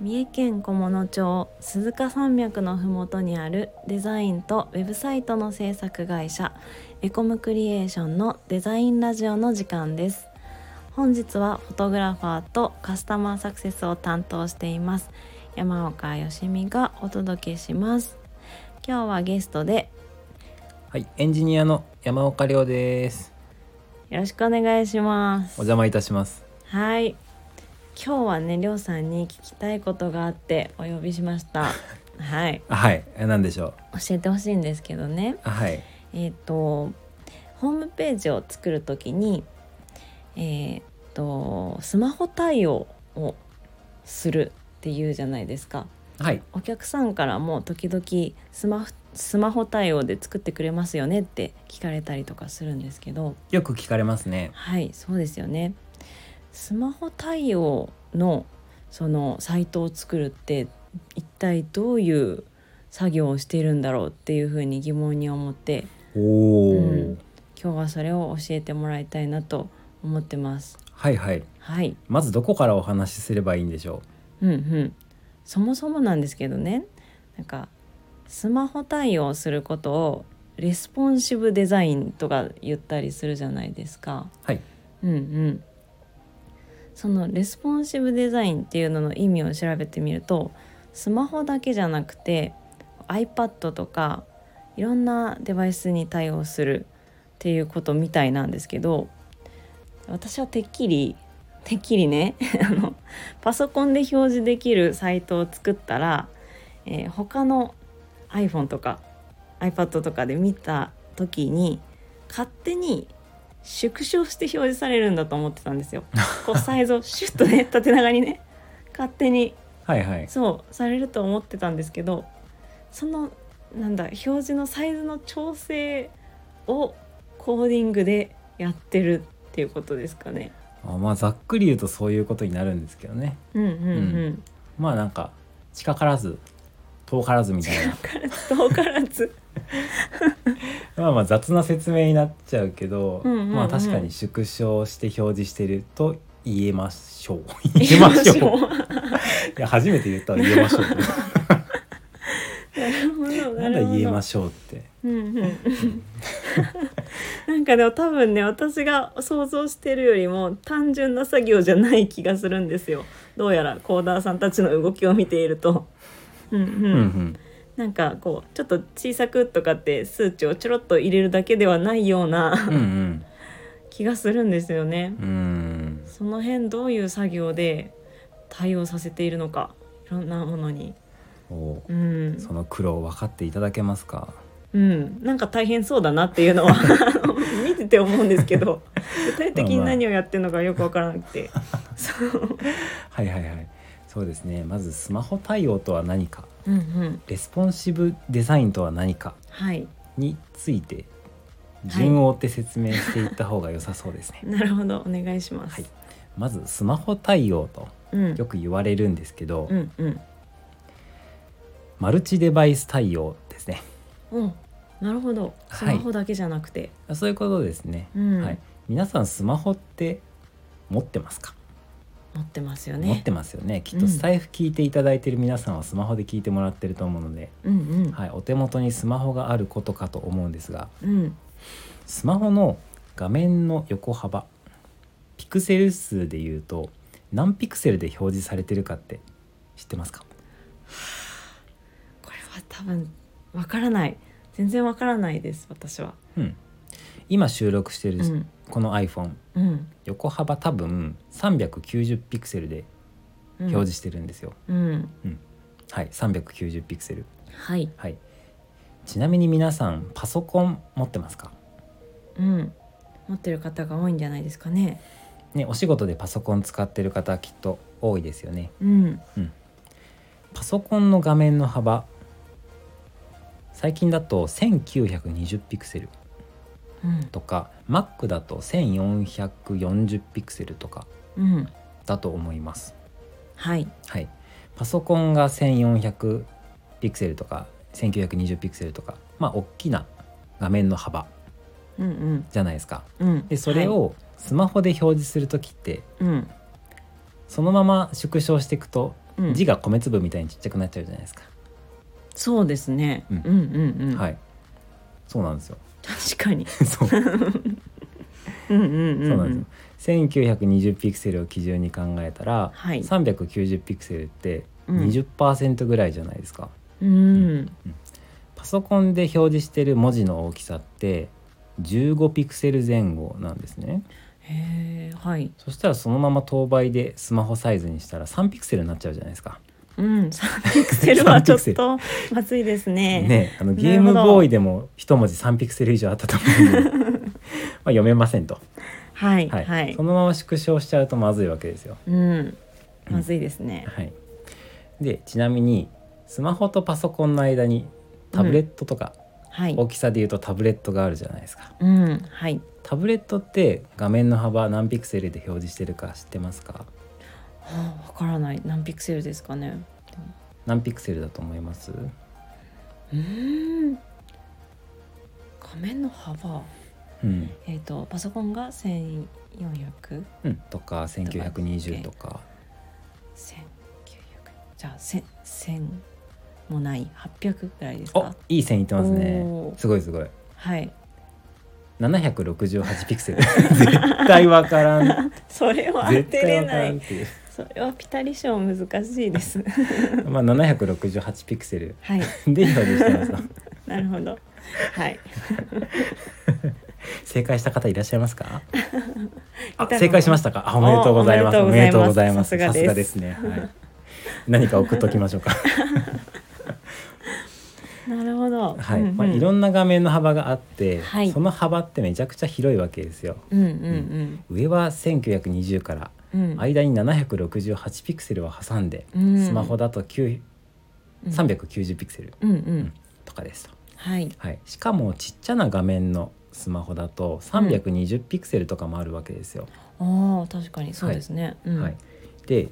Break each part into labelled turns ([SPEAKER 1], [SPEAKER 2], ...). [SPEAKER 1] 三重県菰野町鈴鹿山脈のふもとにあるデザインとウェブサイトの制作会社エコムクリエーションのデザインラジオの時間です本日はフォトグラファーとカスタマーサクセスを担当しています山岡よしみがお届けします今日はゲストで
[SPEAKER 2] はい、エンジニアの山岡亮です。
[SPEAKER 1] よろしくお願いします
[SPEAKER 2] お邪魔いたします。
[SPEAKER 1] はい今日はねりょうさんに聞きたいことがあってお呼びしましたはい
[SPEAKER 2] あはい、えなんでしょう。
[SPEAKER 1] 教えてほしいんですけどね
[SPEAKER 2] あはい、
[SPEAKER 1] えっ、とホームページを作るときにえっ、とスマホ対応をするっていうじゃないですか
[SPEAKER 2] はい、
[SPEAKER 1] お客さんからも時々スマホスマホ対応で作ってくれますよねって聞かれたりとかするんですけど
[SPEAKER 2] よく聞かれますね。
[SPEAKER 1] はいそうですよねスマホ対応のそのサイトを作るって一体どういう作業をしているんだろうっていうふうに疑問に思って
[SPEAKER 2] おお、
[SPEAKER 1] うん今日はそれを教えてもらいたいなと思ってます
[SPEAKER 2] はいはい、
[SPEAKER 1] はい
[SPEAKER 2] まずどこからお話しすればいいんでしょ
[SPEAKER 1] うんうんそもそもなんですけどねなんかスマホ対応することをレスポンシブデザインとか言ったりするじゃないですか
[SPEAKER 2] う。はい、
[SPEAKER 1] うんうんそのレスポンシブデザインっていうのの意味を調べてみるとスマホだけじゃなくて iPad とかいろんなデバイスに対応するっていうことみたいなんですけど私はてっきりてっきりね あのパソコンで表示できるサイトを作ったら、えー他の iPhone とか iPad とかで見た時に勝手に縮小して表示されるんだと思ってたん ですよ。こうサイズをシュッとね縦長にね勝手に
[SPEAKER 2] はいはい。
[SPEAKER 1] そうされると思ってたんですけどそのなんだ表示のサイズの調整をコーディングでやってるっていうことですかね。
[SPEAKER 2] あまあざっくり言うとそういうことになるんですけどね。
[SPEAKER 1] うんうんうん。
[SPEAKER 2] まあなんか近からず遠からずみたいな。
[SPEAKER 1] からず 遠からず。
[SPEAKER 2] まあまあ雑な説明になっちゃうけど、
[SPEAKER 1] うんうんうん
[SPEAKER 2] まあ確かに縮小して表示してると言えまし ょう。言えましょう。いや初めて言ったら言えましょう。
[SPEAKER 1] なるほど
[SPEAKER 2] な
[SPEAKER 1] なん
[SPEAKER 2] だ
[SPEAKER 1] るほど。
[SPEAKER 2] 言えましょうって。
[SPEAKER 1] うんうん、なんかでも多分ね私が想像してるよりも単純な作業じゃない気がするんですよどうやらコーダーさんたちの動きを見ていると。うんうん
[SPEAKER 2] うんうん。
[SPEAKER 1] なんかこうちょっと小さくとかって数値をちょろっと入れるだけではないよう
[SPEAKER 2] う
[SPEAKER 1] なん
[SPEAKER 2] うん。
[SPEAKER 1] 気がするんですよね。
[SPEAKER 2] うーん
[SPEAKER 1] その辺どういう作業で対応させているのかいろんなものに。
[SPEAKER 2] お
[SPEAKER 1] うん
[SPEAKER 2] その苦労分かっていただけますか
[SPEAKER 1] うん、なんか大変そうだなっていうのは あの見てて思うんですけ ど具体的に何をやってるのかよくわからなくてそう、
[SPEAKER 2] はいはいはいそうですねまずスマホ対応とは何か
[SPEAKER 1] うんうん、
[SPEAKER 2] レスポンシブデザインとは何か
[SPEAKER 1] はい
[SPEAKER 2] について順を追って説明していった方が良さそうですね、
[SPEAKER 1] なるほどお願いします、
[SPEAKER 2] はいまずスマホ対応と
[SPEAKER 1] うん、
[SPEAKER 2] よく言われるんですけど、
[SPEAKER 1] うんうん
[SPEAKER 2] マルチデバイス対応ですね
[SPEAKER 1] うんなるほどスマホだけじゃなくて、
[SPEAKER 2] そういうことですね、
[SPEAKER 1] うん
[SPEAKER 2] はい皆さんスマホって持ってますか、
[SPEAKER 1] 持ってますよ
[SPEAKER 2] 持っ
[SPEAKER 1] ね
[SPEAKER 2] てますよねきっ
[SPEAKER 1] う
[SPEAKER 2] と
[SPEAKER 1] ん
[SPEAKER 2] スタイフ聞いていただいてる皆さんはスマホで聞いてもらってると思うので、
[SPEAKER 1] うんうん、
[SPEAKER 2] はい、お手元にスマホがあることかと思うんですが
[SPEAKER 1] うん
[SPEAKER 2] スマホの画面の横幅ピクセル数でいうと何ピクセルで表示されてるかって知ってますか
[SPEAKER 1] これは多分わからない全然わからないです私は
[SPEAKER 2] うん今収録してる
[SPEAKER 1] うん
[SPEAKER 2] この iPhone
[SPEAKER 1] うん
[SPEAKER 2] 横幅多分390ピクセルで
[SPEAKER 1] 表
[SPEAKER 2] 表示してるんですよ、
[SPEAKER 1] うん
[SPEAKER 2] はい390ピクセル
[SPEAKER 1] はい
[SPEAKER 2] はいちなみに皆さんパソコン持ってますか
[SPEAKER 1] うん持ってる方が多いんじゃないですかね
[SPEAKER 2] ねお仕事でパソコン使ってる方きっと多いですよね
[SPEAKER 1] うん
[SPEAKER 2] パソコンの画面の幅最近だと1920ピクセル
[SPEAKER 1] うん
[SPEAKER 2] とか Mac だと1440ピクセルとか
[SPEAKER 1] うん
[SPEAKER 2] だと思います
[SPEAKER 1] はい
[SPEAKER 2] はいパソコンが1400ピクセルとか1920ピクセルとかまあ大きな画面の幅
[SPEAKER 1] うん
[SPEAKER 2] じゃないですか
[SPEAKER 1] うんうん
[SPEAKER 2] でそれ、をスマホで表示する時って
[SPEAKER 1] はいうん
[SPEAKER 2] そのまま縮小していくと
[SPEAKER 1] うん
[SPEAKER 2] 字が米粒みたいにちっちゃくなっちゃうじゃないですか、
[SPEAKER 1] そうですね、
[SPEAKER 2] う
[SPEAKER 1] うんん、うんうん
[SPEAKER 2] はいそうなんです よ
[SPEAKER 1] 確か に
[SPEAKER 2] そう
[SPEAKER 1] うんうんうん、うん、
[SPEAKER 2] そうなんですよ、1920ピクセルを基準に考えたら、
[SPEAKER 1] はい
[SPEAKER 2] 390ピクセルって
[SPEAKER 1] うん
[SPEAKER 2] 20%ぐらいじゃないですか、
[SPEAKER 1] うん
[SPEAKER 2] パソコンで表示してる文字の大きさって15ピクセル前後なんですね
[SPEAKER 1] へえはい
[SPEAKER 2] そしたらそのまま等倍でスマホサイズにしたら3ピクセルになっちゃうじゃないですか、
[SPEAKER 1] うん3ピク セルはちょっ
[SPEAKER 2] 3ピクセ
[SPEAKER 1] とまずいですね
[SPEAKER 2] ねあの
[SPEAKER 1] な
[SPEAKER 2] ゲー
[SPEAKER 1] るほ
[SPEAKER 2] ム
[SPEAKER 1] ど
[SPEAKER 2] ボーイでも一文字3ピクセル以上あったと思うんで まあ読めませんと、
[SPEAKER 1] はい
[SPEAKER 2] は
[SPEAKER 1] はいい、
[SPEAKER 2] そのまま縮小しちゃうとまずいわけですよ
[SPEAKER 1] うんまずいですね、
[SPEAKER 2] はい、でちなみにスマホとパソコンの間にタブレットとか、
[SPEAKER 1] はい
[SPEAKER 2] 大きさで言うとタブレットがあるじゃないですか
[SPEAKER 1] うんはい
[SPEAKER 2] タブレットって画面の幅何ピクセルで表示してるか知ってますか
[SPEAKER 1] はあわからない何ピクセルですかね
[SPEAKER 2] 何ピクセルだと思います
[SPEAKER 1] うーん画面の幅
[SPEAKER 2] うん、
[SPEAKER 1] えっ、とパソコンが1400 1900
[SPEAKER 2] うん、とか1920とか
[SPEAKER 1] じゃあ1000 1000もない800ぐらいです
[SPEAKER 2] お
[SPEAKER 1] か
[SPEAKER 2] いい線いってますね
[SPEAKER 1] おー
[SPEAKER 2] すごいすごい
[SPEAKER 1] はい
[SPEAKER 2] 768ピクセル絶対わからん
[SPEAKER 1] それは 当
[SPEAKER 2] 絶
[SPEAKER 1] て
[SPEAKER 2] 対
[SPEAKER 1] れ
[SPEAKER 2] わから
[SPEAKER 1] なん
[SPEAKER 2] っ
[SPEAKER 1] い
[SPEAKER 2] ていう
[SPEAKER 1] それはピタリ賞難しいです
[SPEAKER 2] まあ768ピクセル
[SPEAKER 1] はい
[SPEAKER 2] で表示してます
[SPEAKER 1] なるほどはい
[SPEAKER 2] 正解した方いらっしゃいます かあ
[SPEAKER 1] いたの
[SPEAKER 2] 正解しましたかあおめでとうございます
[SPEAKER 1] お
[SPEAKER 2] おめ
[SPEAKER 1] め
[SPEAKER 2] で
[SPEAKER 1] で
[SPEAKER 2] と
[SPEAKER 1] と
[SPEAKER 2] う
[SPEAKER 1] う
[SPEAKER 2] ご
[SPEAKER 1] ご
[SPEAKER 2] ざ
[SPEAKER 1] ざ
[SPEAKER 2] い
[SPEAKER 1] い
[SPEAKER 2] ま
[SPEAKER 1] ますす
[SPEAKER 2] さ
[SPEAKER 1] さ
[SPEAKER 2] す
[SPEAKER 1] す
[SPEAKER 2] が
[SPEAKER 1] が
[SPEAKER 2] で
[SPEAKER 1] ですす
[SPEAKER 2] ね、はい、何か送っときましょう か
[SPEAKER 1] なるほど
[SPEAKER 2] はい、
[SPEAKER 1] うんうん
[SPEAKER 2] まあ、いろんな画面の幅があって、
[SPEAKER 1] はい
[SPEAKER 2] その幅ってめちゃくちゃ広いわけですよ
[SPEAKER 1] うんうん
[SPEAKER 2] 上は1920から
[SPEAKER 1] うんうん
[SPEAKER 2] 間に768ピクセルを挟んで、
[SPEAKER 1] うん
[SPEAKER 2] スマホだと9
[SPEAKER 1] うん
[SPEAKER 2] 390ピクセル
[SPEAKER 1] うんうん
[SPEAKER 2] とかですと、
[SPEAKER 1] はい
[SPEAKER 2] はい、しかもちっちゃな画面のスマホだと320ピクセルとかもあるわけですよ、
[SPEAKER 1] ああ確かにそうですねうん
[SPEAKER 2] はい、で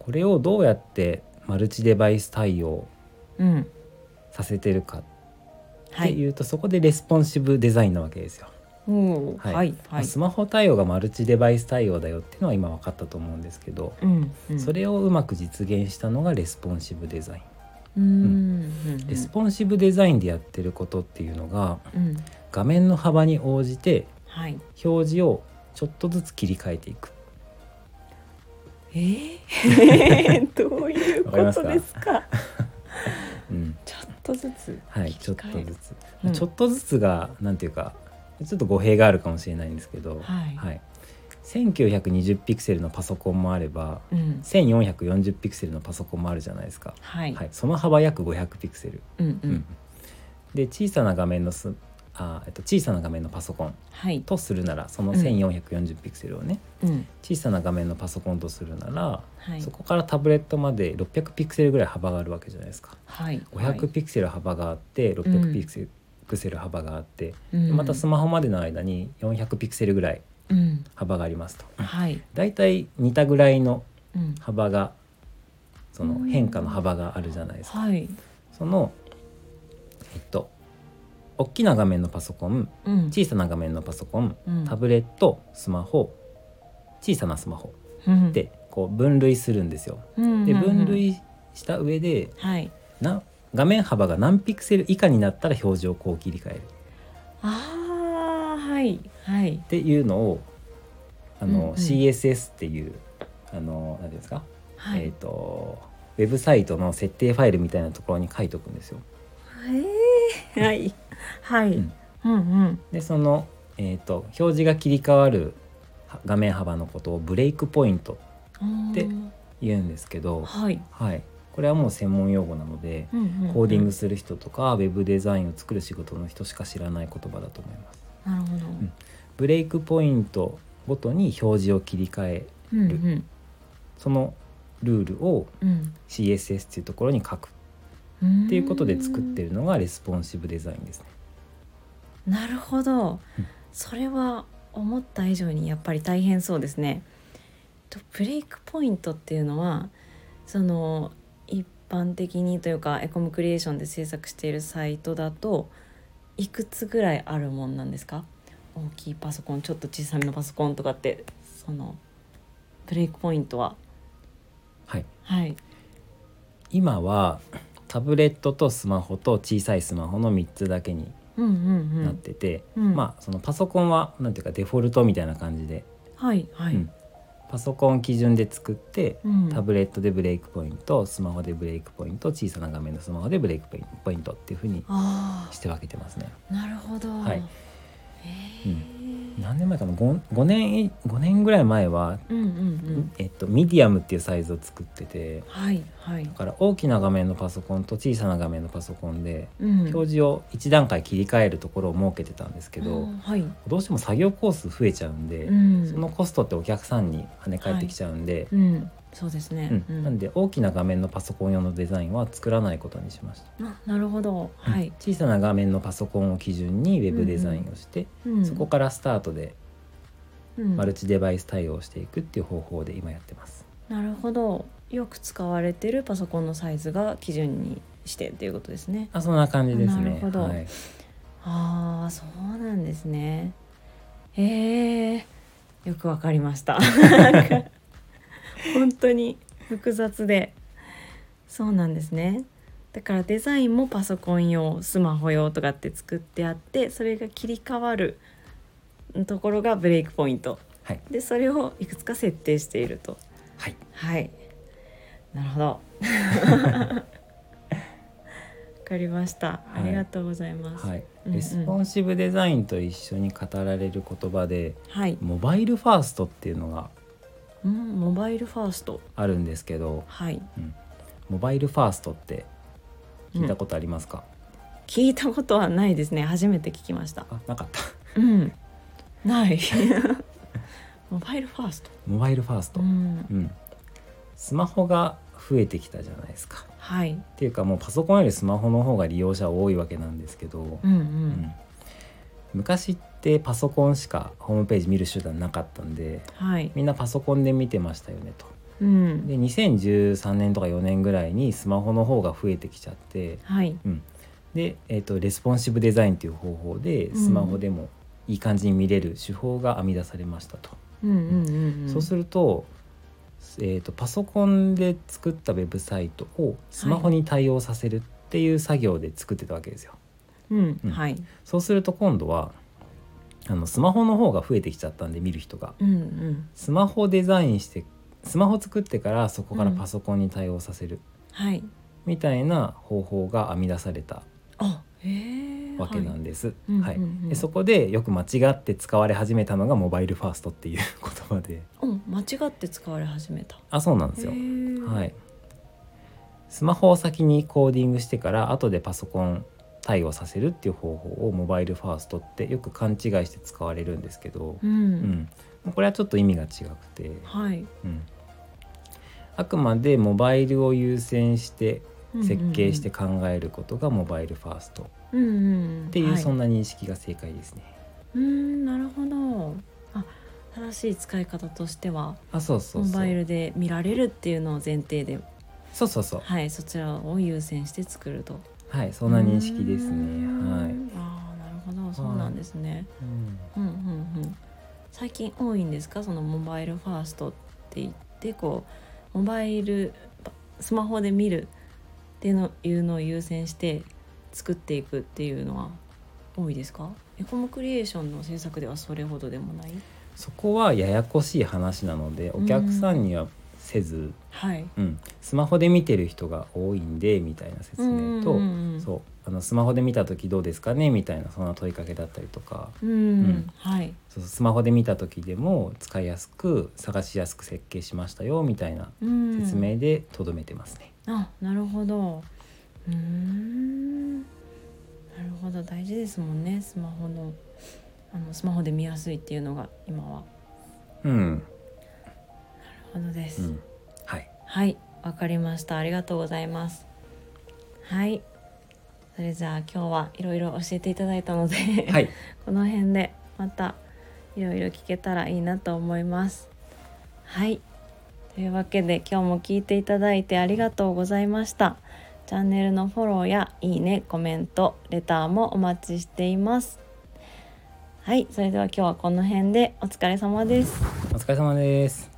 [SPEAKER 2] これをどうやってマルチデバイス対応
[SPEAKER 1] うん
[SPEAKER 2] させてるかっ
[SPEAKER 1] は
[SPEAKER 2] て
[SPEAKER 1] い
[SPEAKER 2] いうと、そこでレスポンシブデザインなわけですよ、
[SPEAKER 1] おおーはい
[SPEAKER 2] ま
[SPEAKER 1] は
[SPEAKER 2] あ
[SPEAKER 1] い
[SPEAKER 2] スマホ対応がマルチデバイス対応だよっていうのは今分かったと思うんですけど、
[SPEAKER 1] うんうん
[SPEAKER 2] それをうまく実現したのがレスポンシブデザイン、
[SPEAKER 1] うんうんうん
[SPEAKER 2] レスポンシブデザインでやってることっていうのが
[SPEAKER 1] うん
[SPEAKER 2] 画面の幅に応じて
[SPEAKER 1] はい
[SPEAKER 2] 表示をちょっとずつ切り替えていく
[SPEAKER 1] え ーどういう
[SPEAKER 2] わかり
[SPEAKER 1] こ
[SPEAKER 2] ます
[SPEAKER 1] と
[SPEAKER 2] か
[SPEAKER 1] ですか
[SPEAKER 2] うん
[SPEAKER 1] ちょっとずつ
[SPEAKER 2] はい、ちょ
[SPEAKER 1] 切
[SPEAKER 2] っ
[SPEAKER 1] り
[SPEAKER 2] と
[SPEAKER 1] 替え
[SPEAKER 2] ず
[SPEAKER 1] る
[SPEAKER 2] つ、
[SPEAKER 1] うん
[SPEAKER 2] ちょっとずつがなんていうかちょっと語弊があるかもしれないんですけど、
[SPEAKER 1] はい
[SPEAKER 2] 1920ピクセルのパソコンもあれば
[SPEAKER 1] うん
[SPEAKER 2] 1440ピクセルのパソコンもあるじゃないですか、
[SPEAKER 1] はい
[SPEAKER 2] はい、その幅約500ピクセル、
[SPEAKER 1] うんう
[SPEAKER 2] うんんで小さな画面のすあ、えっと、小さな画面のパソコン
[SPEAKER 1] はい
[SPEAKER 2] とするならその
[SPEAKER 1] うん
[SPEAKER 2] 1440ピクセルをね、
[SPEAKER 1] うん
[SPEAKER 2] 小さな画面のパソコンとするなら、
[SPEAKER 1] はい
[SPEAKER 2] そこからタブレットまで600ピクセルぐらい幅があるわけじゃないですか。
[SPEAKER 1] はい
[SPEAKER 2] 500ピクセル幅があって
[SPEAKER 1] う
[SPEAKER 2] 600
[SPEAKER 1] ん
[SPEAKER 2] ピクセル,、幅があって、
[SPEAKER 1] うん
[SPEAKER 2] またスマホまでの間に400ピクセルぐらい
[SPEAKER 1] うん
[SPEAKER 2] 幅がありますと
[SPEAKER 1] はい
[SPEAKER 2] だいたい似たぐらいの
[SPEAKER 1] うん
[SPEAKER 2] 幅がその
[SPEAKER 1] うん
[SPEAKER 2] 変化の幅があるじゃないですか、
[SPEAKER 1] はい
[SPEAKER 2] そのえっと大きな画面のパソコン
[SPEAKER 1] うん
[SPEAKER 2] 小さな画面のパソコン
[SPEAKER 1] うん
[SPEAKER 2] タブレットスマホ小さなスマホ
[SPEAKER 1] うん
[SPEAKER 2] でこう分類するんですよ。
[SPEAKER 1] うん
[SPEAKER 2] で
[SPEAKER 1] うんうん
[SPEAKER 2] 分類した上で
[SPEAKER 1] はい
[SPEAKER 2] な画面幅が何ピクセル以下になったら表示をこう切り替えるっ
[SPEAKER 1] ああはいはい
[SPEAKER 2] ていうのをあの、
[SPEAKER 1] うんうん
[SPEAKER 2] CSS っていうあの何ていうんですか、
[SPEAKER 1] は
[SPEAKER 2] えっ、
[SPEAKER 1] い
[SPEAKER 2] とウェブサイトの設定ファイルみたいなところに書いておくんですよ。
[SPEAKER 1] えーはいはい
[SPEAKER 2] うん
[SPEAKER 1] うんうん
[SPEAKER 2] でその、えっと表示が切り替わるは画面幅のことをブレイクポイントで言うんですけど、
[SPEAKER 1] はい
[SPEAKER 2] はい、これはもう専門用語なので、
[SPEAKER 1] うんうんうん
[SPEAKER 2] コーディングする人とかウェブデザインを作る仕事の人しか知らない言葉だと思います。
[SPEAKER 1] なるほど
[SPEAKER 2] んブレイクポイントごとに表示を切り替え
[SPEAKER 1] うんうん
[SPEAKER 2] そのルールを
[SPEAKER 1] うん
[SPEAKER 2] CSS っていうところに書く
[SPEAKER 1] うん
[SPEAKER 2] っていうことで作ってるのがレスポンシブデザインですね。
[SPEAKER 1] なるほど
[SPEAKER 2] うん
[SPEAKER 1] それは思った以上にやっぱり大変そうですね。とブレイクポイントっていうのはその一般的にというかエコムクリエーションで制作しているサイトだといくつぐらいあるもんなんですか大きいパソコンちょっと小さめのパソコンとかってそのブレイクポイントは
[SPEAKER 2] はい、
[SPEAKER 1] はい
[SPEAKER 2] 今はタブレットとスマホと小さいスマホの3つだけに
[SPEAKER 1] うんうんう
[SPEAKER 2] なっ
[SPEAKER 1] ん
[SPEAKER 2] てて、
[SPEAKER 1] うん
[SPEAKER 2] まあそのパソコンはなんていうかデフォルトみたいな感じで
[SPEAKER 1] はいはい、
[SPEAKER 2] うんパソコン基準で作って、
[SPEAKER 1] うん
[SPEAKER 2] タブレットでブレイクポイントスマホでブレイクポイント小さな画面のスマホでブレイクポインポイントっていうふうに
[SPEAKER 1] あ
[SPEAKER 2] して分けてますね。
[SPEAKER 1] あなるほど、
[SPEAKER 2] はい
[SPEAKER 1] へえ
[SPEAKER 2] 何年前かな 5, 5年5年ぐらい前は、
[SPEAKER 1] うんうんうん
[SPEAKER 2] えっと、ミディアムっていうサイズを作ってて
[SPEAKER 1] はいはい
[SPEAKER 2] だから大きな画面のパソコンと小さな画面のパソコンで
[SPEAKER 1] うん
[SPEAKER 2] 表示を1段階切り替えるところを設けてたんですけど、
[SPEAKER 1] うんはい
[SPEAKER 2] どうしても作業コース増えちゃうんで、
[SPEAKER 1] うん
[SPEAKER 2] そのコストってお客さんに跳ね返ってきちゃうんで、
[SPEAKER 1] うんそうですね、
[SPEAKER 2] うんなんで大きな画面のパソコン用のデザインは作らないことにしました、
[SPEAKER 1] あなるほど
[SPEAKER 2] うん
[SPEAKER 1] はい、
[SPEAKER 2] 小さな画面のパソコンを基準にウェブデザインをして、
[SPEAKER 1] うん
[SPEAKER 2] そこからスタートで
[SPEAKER 1] うん
[SPEAKER 2] マルチデバイス対応していくっていう方法で今やってます、
[SPEAKER 1] なるほどよく使われてるパソコンのサイズが基準にしてっていうことですね
[SPEAKER 2] あそんな感じですね
[SPEAKER 1] なるほど
[SPEAKER 2] はい、
[SPEAKER 1] ああそうなんですねへえよくわかりま した本当に複雑でそうなんですねだからデザインもパソコン用スマホ用とかって作ってあってそれが切り替わるところがブレイクポイント
[SPEAKER 2] はい
[SPEAKER 1] でそれをいくつか設定していると
[SPEAKER 2] はい
[SPEAKER 1] はい。なる ほど。わかりました。あ
[SPEAKER 2] い
[SPEAKER 1] りがとうございます。
[SPEAKER 2] はい
[SPEAKER 1] うんうん
[SPEAKER 2] レスポンシブデザインと一緒に語られる言葉で
[SPEAKER 1] はい。
[SPEAKER 2] モバイルファーストっていうのが
[SPEAKER 1] うん、モバイルファースト。
[SPEAKER 2] あるんですけど、
[SPEAKER 1] はい。
[SPEAKER 2] うんモバイルファーストって聞いたことありますか、
[SPEAKER 1] 聞いたことはないですね。初めて聞きました。
[SPEAKER 2] あなかった
[SPEAKER 1] うん。 ない。モバイルファースト。
[SPEAKER 2] モバイルファースト、
[SPEAKER 1] うん。
[SPEAKER 2] うん、スマホが増えてきたじゃないですか。
[SPEAKER 1] はい。
[SPEAKER 2] っていうかもうパソコンよりスマホの方が利用者多いわけなんですけど、
[SPEAKER 1] うんう
[SPEAKER 2] うん
[SPEAKER 1] ん。
[SPEAKER 2] 昔ってパソコンしかホームページ見る手段なかったんで
[SPEAKER 1] はい。
[SPEAKER 2] みんなパソコンで見てましたよねと。
[SPEAKER 1] うん。
[SPEAKER 2] で2013年とか4年ぐらいにスマホの方が増えてきちゃって、
[SPEAKER 1] はい。
[SPEAKER 2] うん、で、えー、とレスポンシブデザインっていう方法で
[SPEAKER 1] ん
[SPEAKER 2] スマホでもいい感じに見れる手法が編み出されましたと。
[SPEAKER 1] うんうんうんうん。
[SPEAKER 2] そうすると,、えー、とパソコンで作ったウェブサイトをスマホに対応させるっていう作業で作ってたわけですよ。
[SPEAKER 1] うん。
[SPEAKER 2] うん
[SPEAKER 1] はい。
[SPEAKER 2] そうすると今度はあのスマホの方が増えてきちゃったんで見る人が
[SPEAKER 1] うんうん。
[SPEAKER 2] スマホデザインしてスマホ作ってからそこからパソコンに対応させる
[SPEAKER 1] はい。
[SPEAKER 2] みたいな方法が編み出された
[SPEAKER 1] あ、へえ。
[SPEAKER 2] わけな
[SPEAKER 1] はい
[SPEAKER 2] んです。
[SPEAKER 1] うん
[SPEAKER 2] はい
[SPEAKER 1] うんうん
[SPEAKER 2] でそこでよく間違って使われ始めたのがモバイルファーストっていう言葉で
[SPEAKER 1] うん、間違って使われ始めた。
[SPEAKER 2] あそうなんですよ
[SPEAKER 1] へ。ー
[SPEAKER 2] はい、スマホを先にコーディングしてから後でパソコン対応させるっていう方法をモバイルファーストってよく勘違いして使われるんですけど、
[SPEAKER 1] う、
[SPEAKER 2] うんんこれはちょっと意味が違くて、
[SPEAKER 1] はい、
[SPEAKER 2] うん、あくまでモバイルを優先して設計して考えることがモバイルファーストっ
[SPEAKER 1] うんうん、って
[SPEAKER 2] いうそん
[SPEAKER 1] な、
[SPEAKER 2] な認識が正解ですね。
[SPEAKER 1] うーん、なるほど。あ、正しい使い方としては、
[SPEAKER 2] あそうそう
[SPEAKER 1] モ
[SPEAKER 2] そ
[SPEAKER 1] バイ
[SPEAKER 2] う
[SPEAKER 1] ルで見られるっていうのを前提で、
[SPEAKER 2] そうそうそう
[SPEAKER 1] はい、そちらを優先して作ると。
[SPEAKER 2] はいそんな認識です
[SPEAKER 1] うー
[SPEAKER 2] ね。
[SPEAKER 1] ん
[SPEAKER 2] はい、
[SPEAKER 1] ああ、なるほど、そうなんですね。
[SPEAKER 2] うん
[SPEAKER 1] うんうんうん。最近多いんですか、そのモバイルファーストって言って、こうモバイルスマホで見るっていうのいうのを優先して作っていくっていうのは多いですかエコムクリエーションの制作ではそれほどでもない
[SPEAKER 2] そこはややこしい話なのでお客さんにはせず、
[SPEAKER 1] はい
[SPEAKER 2] うんスマホで見てる人が多いんでみたいな説明と、
[SPEAKER 1] うんうんうん
[SPEAKER 2] そうあのスマホで見た時どうですかねみたいなそんな問いかけだったりとか
[SPEAKER 1] うん、
[SPEAKER 2] ん
[SPEAKER 1] はい
[SPEAKER 2] そうスマホで見た時でも使いやすく探しやすく設計しましたよみたいな
[SPEAKER 1] うん
[SPEAKER 2] 説明でとどめてますね。
[SPEAKER 1] あなるほどうーんなるほど大事ですもんねスマホのあのスマホで見やすいっていうのが今は
[SPEAKER 2] うん、
[SPEAKER 1] なるほどです、
[SPEAKER 2] うん、はい
[SPEAKER 1] はい、わかりました。ありがとうございます。はい。それじゃあ今日はいろいろ教えていただいたので、
[SPEAKER 2] はい
[SPEAKER 1] この辺でまたいろいろ聞けたらいいなと思います。はい。というわけで今日も聞いていただいてありがとうございました。チャンネルのフォローやいいね、コメント、レターもお待ちしています。はい、それでは今日はこの辺でお疲れ様です。
[SPEAKER 2] お疲れ様です。